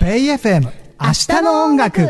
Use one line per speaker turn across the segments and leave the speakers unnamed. ベイ FM 明日の音楽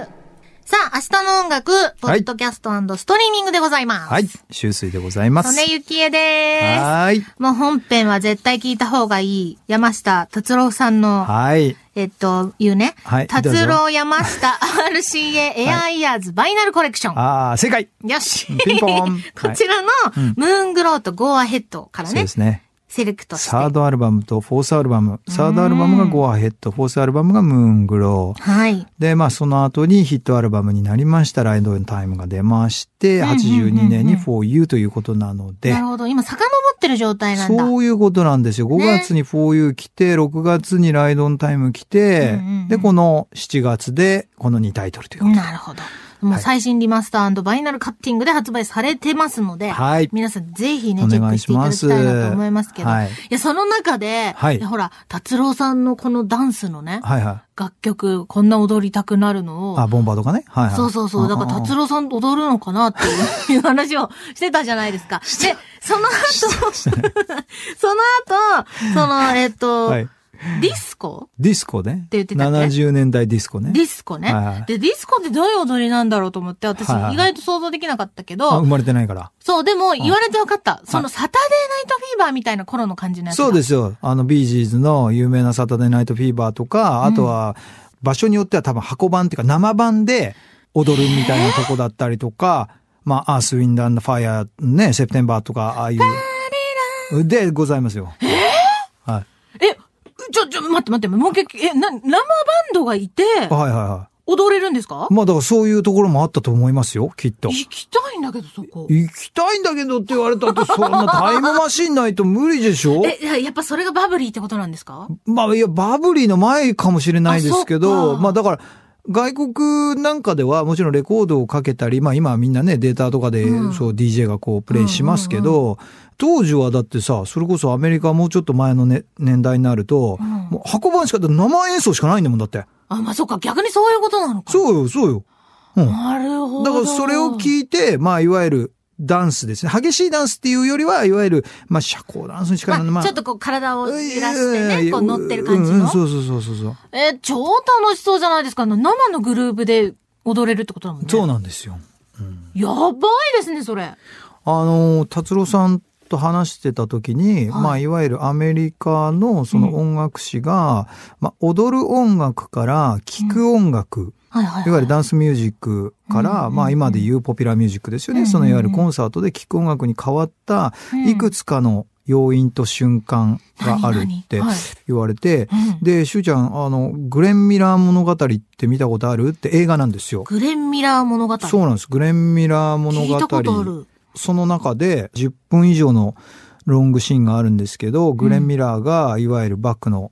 さあ、明日の音楽、ポッドキャストストリーミングでございます。
はい、修水でございます
曽根ゆきえです。
はい
もう本編は絶対聞いた方がいい、山下達郎さんの、
はい
えっと、言うね。
はい
達
どうぞ
郎山下 RCA エアイヤーズバイナルコレクション。
ああ正 解
よし。
ピンポーン
こちらの、ムーングローとゴーアヘッドから
そうで
ね、
すね
セレクトして。
サードアルバムとフォースアルバムサードアルバムがゴアヘッドフォースアルバムがムーングロー
はい。
でまあその後にヒットアルバムになりましたライドタイムが出まして
うんうんうんうん
82年に For You ということなので
なるほど。今、遡ってる状態なんだ。
そういうことなんですよ。5月に 4U 来て、6月にライドオンタイム来て、
うんうんうん
で、この7月で、この2タイトルということ。
なるほど。も
は
う
い
最新リマスターバイナルカッティングで発売されてますので、
はい
皆さんぜひね、
お
チェッ
願
ク
い
し
して
いた
ま
だ
す
きたいなと思いますけど、
はい
い、や、その中で、
はい
いやほら、達郎さんのこのダンスのね、
はいはい。
楽曲、こんな踊りたくなるのを、
あ、ボンバーとかね。はいはい。
そうそうそう。だか
ん
ら、
んん
達郎さん踊るのかなっていういう話をしてたじゃないですか。で、その後、その後、その、えっと、
はい。
ディスコ
ディスコね。
て言ってたっけ
70年代ディスコね。
ディスコね、
はいはい
で、ディスコってどういう踊りなんだろうと思って、私
はいはい
意外と想像できなかったけど、
あ生まれてないから。
そう、でも言われて分かった。そのサタデーナイトフィーバーみたいな頃の感じのやつだ
そうですよ。あの、ビージーズの有名なサタデーナイトフィーバーとか、あとは、場所によっては多分箱版っていうか生版で踊るみたいなとこだったりとか、まあ、アース、ウィンド、アンド、ファイア、ね、セプテンバーとか、ああいう。で、ございますよ。はい。
え、ちょ、ちょ、待って待って、もう一回、え、な、生バンドがいて、
あはいはいは
踊れるんですか
い。まあ、だからそういうところもあったと思いますよ、きっと。
行きたいんだけど、そこ。
行きたいんだけどって言われたって、そんなタイムマシンないと無理でしょ
え、いややっぱそれがバブリーってことなんですか
まあ、いや、バブリーの前かもしれないですけ
あそ
ど、
っか
まあ、だから、外国なんかではもちろんレコードをかけたり、まあ今はみんなねデータとかで
うん
そう DJ がこうプレイしますけど、当時はだってさ、それこそアメリカもうちょっと前の、ね、年代になると、
うん
もう箱番しか生演奏しかないんだもんだって。
あ、まあ、そっか、逆にそういうことなのか。
そうよ、そうよ。うん。
なるほど。
だからそれを聞いて、まあいわゆるダンスですね。激しいダンスっていうよりは、いわゆる、まあ社交ダンスに近い
ま
の
あ、ちょっとこう体を揺らしてね、こう乗ってる感じ
うんうん
の。
そうそうそうそうそう。
え、超楽しそうじゃないですか。あの生のグルーブで踊れるってことだもんね。
そうなんですよ。
やばいですね、それ。
あの、達郎さんと話してた時に、
はい
まあ、いわゆるアメリカのそ
うん
の音楽史が、まあ、踊る音楽から聴く音楽、
はいはい、はい。
いわゆるダンスミュージックから、
うん
まあ、今で言うポピュラーミュージックですよね。
うん
その、いわゆるコンサートで聴く音楽に変わった、
うん
いくつかの要因と瞬間があるって
何々はい
言われて、
うん
で、しゅうちゃん、あの、グレン・ミラー物語って見たことあるって映画なんですよ。
グレン・ミラー物語。
そうなんです。グレン・ミラー物語。
聞いたことある。
その中で10分以上のロングシーンがあるんですけど、グレン・ミラーがいわゆるバックの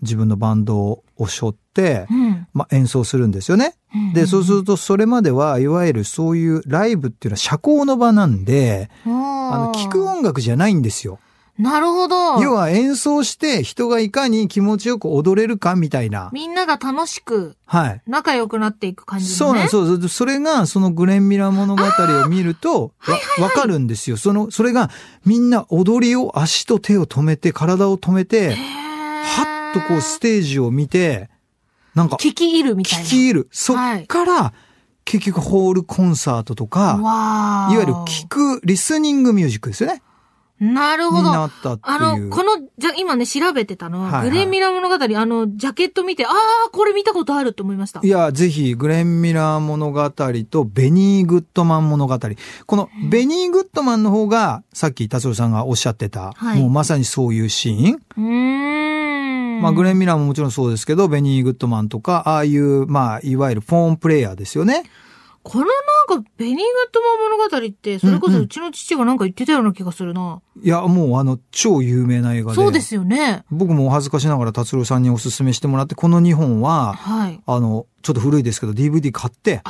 自分のバンドを背負って、
うん。
まあ、演奏するんですよね。で、そうするとそれまではいわゆるそういうライブっていうのは社交の場なんで、
うん、
あ
あ
の、聞く音楽じゃないんですよ。
なるほど。
要は演奏して人がいかに気持ちよく踊れるかみたいな。
みんなが楽しく、
はい。
仲良くなっていく感じ、ね。
そうなんです、そうそうそれが、そのグレン・ミラー物語を見ると、わ、わかるんですよ。その、それが、みんな踊りを足と手を止めて、体を止めて、は
は
っとこうステージを見て、なんか、
聞き入るみたい
聞
な。
き入る。そっから、結局ホールコンサートとか、
わー
いわゆる聞く、リスニングミュージックですよね。
なる
に
ほど。
なったって
あ
い
の、
う。
この、じゃ、今ね、調べてたの、
はいはい
グレン・ミラー物語、あの、ジャケット見て、あー、これ見たことあると思いました。
いや、ぜひ、グレン・ミラー物語とベニー・グッドマン物語。このベニー・グッドマンの方が、さっき達郎さんがおっしゃってた、
はい
もうまさにそういうシーン。
うーん。
まあ、グレン・ミラーももちろんそうですけど、ベニー・グッドマンとか、ああいう、まあ、いわゆるフォーンプレイヤーですよね。
このなんか、ベニー・グッドマン物語って、それこ
うんう
そ
ん
うちの父がなんか言ってたような気がするな。
いや、もうあの、超有名な映画で。
そうで。すよね。
僕もお恥ずかしながら達郎さんにお勧めしてもらって、この2本は、
はい。
あの、ちょっと古いですけど、DVD 買って、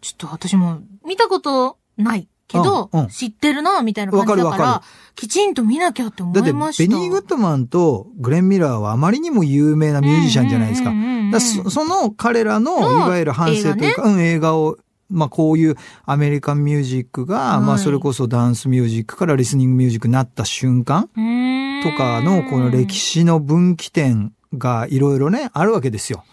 ちょっと私も、見たことないけど、
うんうん
知ってるな、みたいな感じだから、
わかるわか
きちんと見なきゃって思
だって、
い
ベニ
ました。
ー・グッドマンとグレン・ミラーはあまりにも有名なミュージシャンじゃないですか
うん。うんうんうん
だそその彼ら
の
のいわゆる反省というか、うん、映画を、まあ、こういうアメリカンミュージックが、ま
は
あ、
い
それこそダンスミュージックからリスニングミュージックになった瞬間
うーん
とかのこの歴史の分岐点がいろいろねあるわけですよ。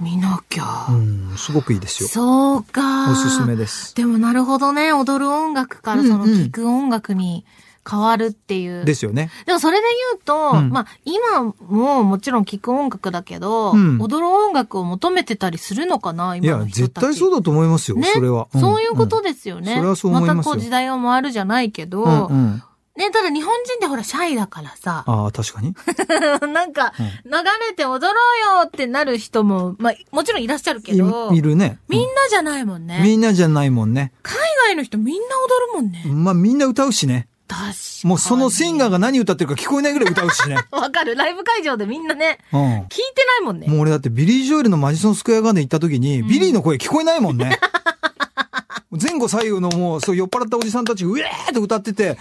見なきゃ。
うん、すごくいいですよ。
そうか。
おすすめです。
でもなるほどね、踊る音楽からその
うんうん
聴く音楽に変わるっていう。
ですよね。
でもそれで言うと、
うん
まあ今ももちろん聴く音楽だけど、
うん
踊る音楽を求めてたりするのかな、今
いや、
の人
絶
たち。
対そうだと思いますよ、
ね
それは。ん
そういうことですよ
うん
ね。
それはそう思いますよ
たこう時代を回るじゃないけど、
うんうん。
ね、ただ日本人ってほらシャイだからさ、
ああ、確かに。
なんか
うん
流れて踊ろうよってなる人も、まあもちろんいらっしゃるけど、
いいるね。
みんなじゃないもんね。
みんなじゃないもんね。
海外の人みんな踊るもんね。
まあみんな歌うしね。
確かに。
もうそのシンガーが何歌ってるか聞こえないぐらい歌うしね。
わかる。ライブ会場でみんなね、
うん。
聞いてないもんね。
もう俺だってビリー・ジョエルのマジソンスクエアガーデン行った時に、
うん
ビリーの声聞こえないもんね。前後左右のもう、そう酔っ払ったおじさんたち、ウェーって歌ってて、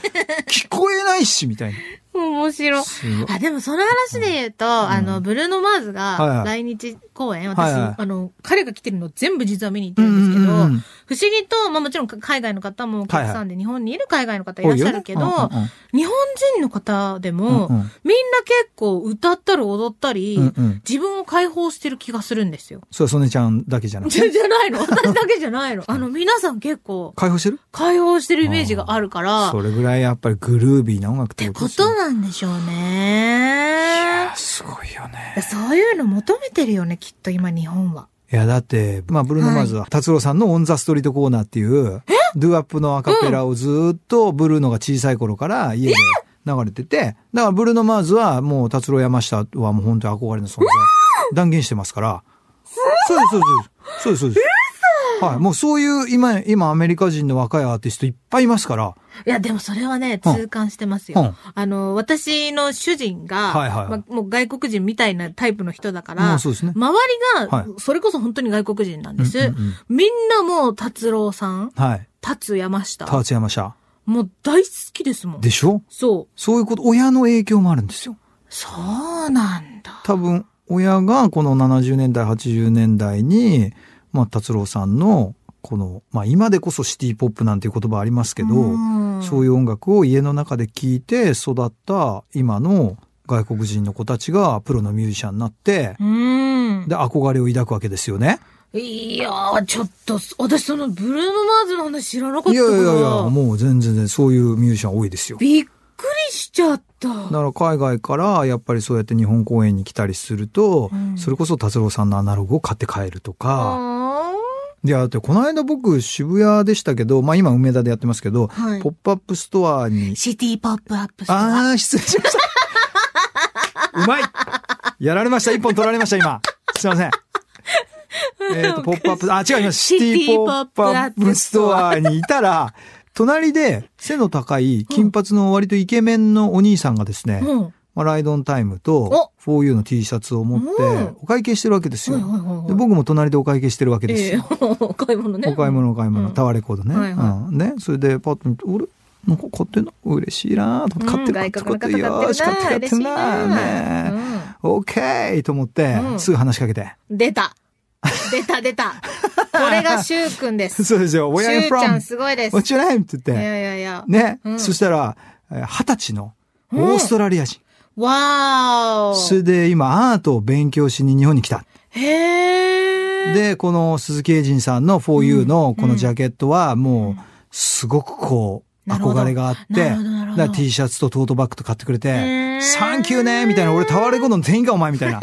聞こえないし、みたい
面白
な。
い。
すごい
あ、でもその話で言うと、あの、ブルーノ・マーズ
はいは
が
い
来日公演、
はい
私、
はい
あの、彼が来てるの全部実は見に行っ
う
て
ん
るんですけど、
うんうん
不思議と、まあもちろん海外の方もお客さんで、日本にいる海外の方いらっしゃるけど、
多いよね
日本人の方で
うんうん
も、
うんうん
みんな結構歌ったり踊ったり、
うんうん
自分を解放してる気がするんですよ。
それはソネちゃんだけじゃなく
じ
て。
ゃじゃな いの私だけじゃないの。あの、皆さん結構
解放してる
解放してるイメージがあるから、
それぐらいやっぱりグルービーな音楽って
って
こと
こ
ですよ
となんでしょうね。
すごいよね。
そういうの求めてるよね、きっと今日本は。
いや、だって、まあ、ブルーノ・マーズは、達郎さんのオン・ザ・ストリートコーナーっていう、ドゥアップのアカペラをずーっと、ブルーノが小さい頃から家で流れてて、だからブルーノ・マーズはもう達郎山下はもう本当に憧れの存在、断言してますから。そうです、そうです。そうです、そうです。はい。もうそういう、今、今アメリカ人の若いアーティストいっぱいいますから。
いや、でもそれはね、
うん
痛感してます
う
よ
ん。
あの、私の主人が、
はいはいはい
まもう外国人みたいなタイプの人だか
も
ら、
うそうですね。
周りが、
はい
それこそ本当に外国人なんです。
うんうん
みんなもう、達郎さん、
うんはい。
達山下、
達山下。
もう大好きですもん。
でしょ
そう。
そういうこと、親の影響もあるんですよ。
そうなんだ。
多分親がこの70年代80年代に、まあ、達郎さんのこの、まあ、今でこそシティ・ポップなんていう言葉ありますけど、そう
い
いう音楽を家の中で聴いて育った今の外国人の子たちがプロのミュージシャンになって、
うん。
で憧れを抱くわけですよね。
いやー、ちょっと、私そのブルーノ・マーズの話知らなかっ
い
た
や
か
い
ら。
やいや、もう全然全然そういうミュージシャン多いですよ。
びっくりしちゃった。
だから海外からやっぱりそうやって日本公演に来たりすると、
うん
それこそ達郎さんのアナログを買って帰るとか、
あ
いや、だってこの間僕渋谷でしたけど、まあ今梅田でやってますけど、
ーはい
ポップアップストアに、
シティポップアップストア。
あー、失礼しました。うまいやられました。一本取られました、今。すいません。えっ、 と、ポップアップ、あ、違います。シ
シ
テ
テ
ィ
ィ
ポップアップストアにいたら、隣で背の高い金髪の割とイケメンのお兄さんがですね、
うん。はい
まあ、ライドンタイムと、フォーユーの T シャツを持って
うん、
お会計してるわけです
は
よ
い。はい。
で、僕も隣でお会計してるわけですよ。
ええお 買い物ね。
お買い物お買い物、
うん
タワーレコードね。
はいは
うん、ね、それでパッと見て、俺、なんか買ってんの嬉しいなと思って、買ってる、
うん
買ってる、
外国の方
よーし、買ってる、買って
嬉し
る
い
な
な
ね。
う
オッケーと思って、
うん
すぐ話しかけて。
ん出た。出た 出た。これがシュウくんです。シ
そうですよ、Where are you
ュウちゃん
from?What's
すごいです。い
your name? って言
やい
って、
やいや。
ね、
うん
そしたら、えー二十歳の
うん
オーストラリア人。
わ
そ
ー
れで今、アートを勉強しに日本に来た。
お。へー。
で、この鈴木英人さんの 4U のこのジャケットはもう、すごくこう、
なるほど
憧れがあっ
な
て、
るほどなるほ
だ
ど
から T シャツとトートバッグと買ってくれ
へ
て、
ー
サンキューねみたいな、俺タワーレコードの店員かお前み たいな。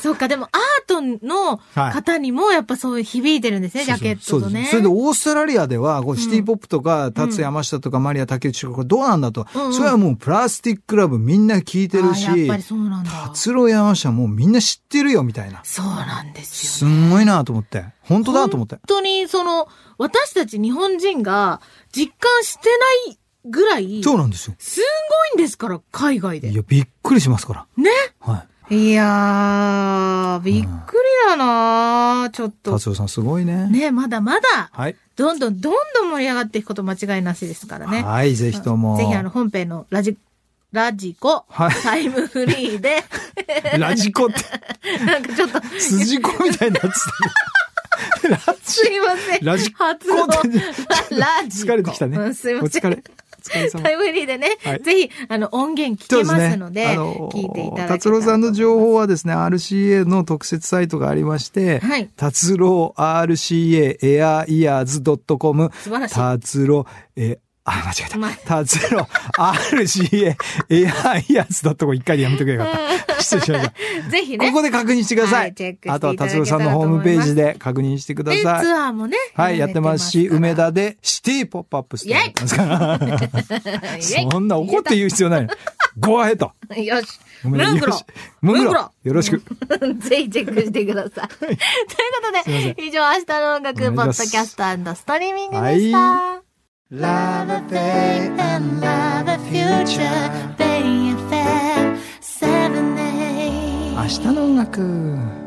そっか、でもアートの方にもやっぱそういう響いてるんですね、ジャケッ
そう
ト
そうそ
と
うで
ね。
すそれでオーストラリアでは、こうシティポップとか、達也山下とかマリア竹内とか、これどうなんだと。
うんうん
それはもうプラスティックラブみんな聞いてるし
あーやっぱり、そうなんだ。
達郎山下もうみんな知ってるよみたいな。
そうなんですよ。
すんごいなと思って。本当だと思って。
本当にその、私たち日本人が実感してないぐらい、す
そ
ご
うなんですよ。
いんですから、海外で。
いや、びっくりしますから。
ね。
はい。
いやー、びっくりだなー、ちょっと。
達郎さんすごいね。
ね、まだまだ、
はい。
どんどんどんどん盛り上がっていくこと間違いなしですからね。
はい、ぜひとも。
ぜひあの、本編のラジ、ラジコ、
はい
タイムフリ ーで、
ラジコって、
なんかちょっと、
筋子みたいになってた。 ラジ
すいません。
ラジコ
発音
って
ララジ コ。
疲れてきたね。
うんすいません。
お疲れ。疲れ様
タイムリーでね、
はい
ぜひ、あの、音源聞けますので、聞いていただけたらと思います
達郎さんの情報はですね、RCA の特設サイトがありまして、
はい
達郎 RCA エアイヤーズ .com、
素晴らしい。
達郎、え、あ、間違
うま
え
い
た。達郎 RCA エアイヤーズ .com、一回でやめとけばよかった。失礼しま した。
ぜひね。
ここで確認してくださ。
はいいチェックしていただ
あ
けた
とは
らと思います
達郎さんのホームページで確認してくだ
で、ツ
さい。
アーもね。
はい、やってますし、
から
梅。田でシティポップアップストアやってますから。そんな怒って言う必要ないの。ゴアヘッド。
言え たよし。
ご
ム
めん
ン
よ
グロ
し。ムングロ。よろしく。
うん。 ぜひチェックしてください。 ということ
すいま
で、以上、明日の音楽、
お願いし
ポッ
ま
ド
す
キャストストリーミングでした。
は
Love a day and love a future, Bay FM 7 8
明日の音楽。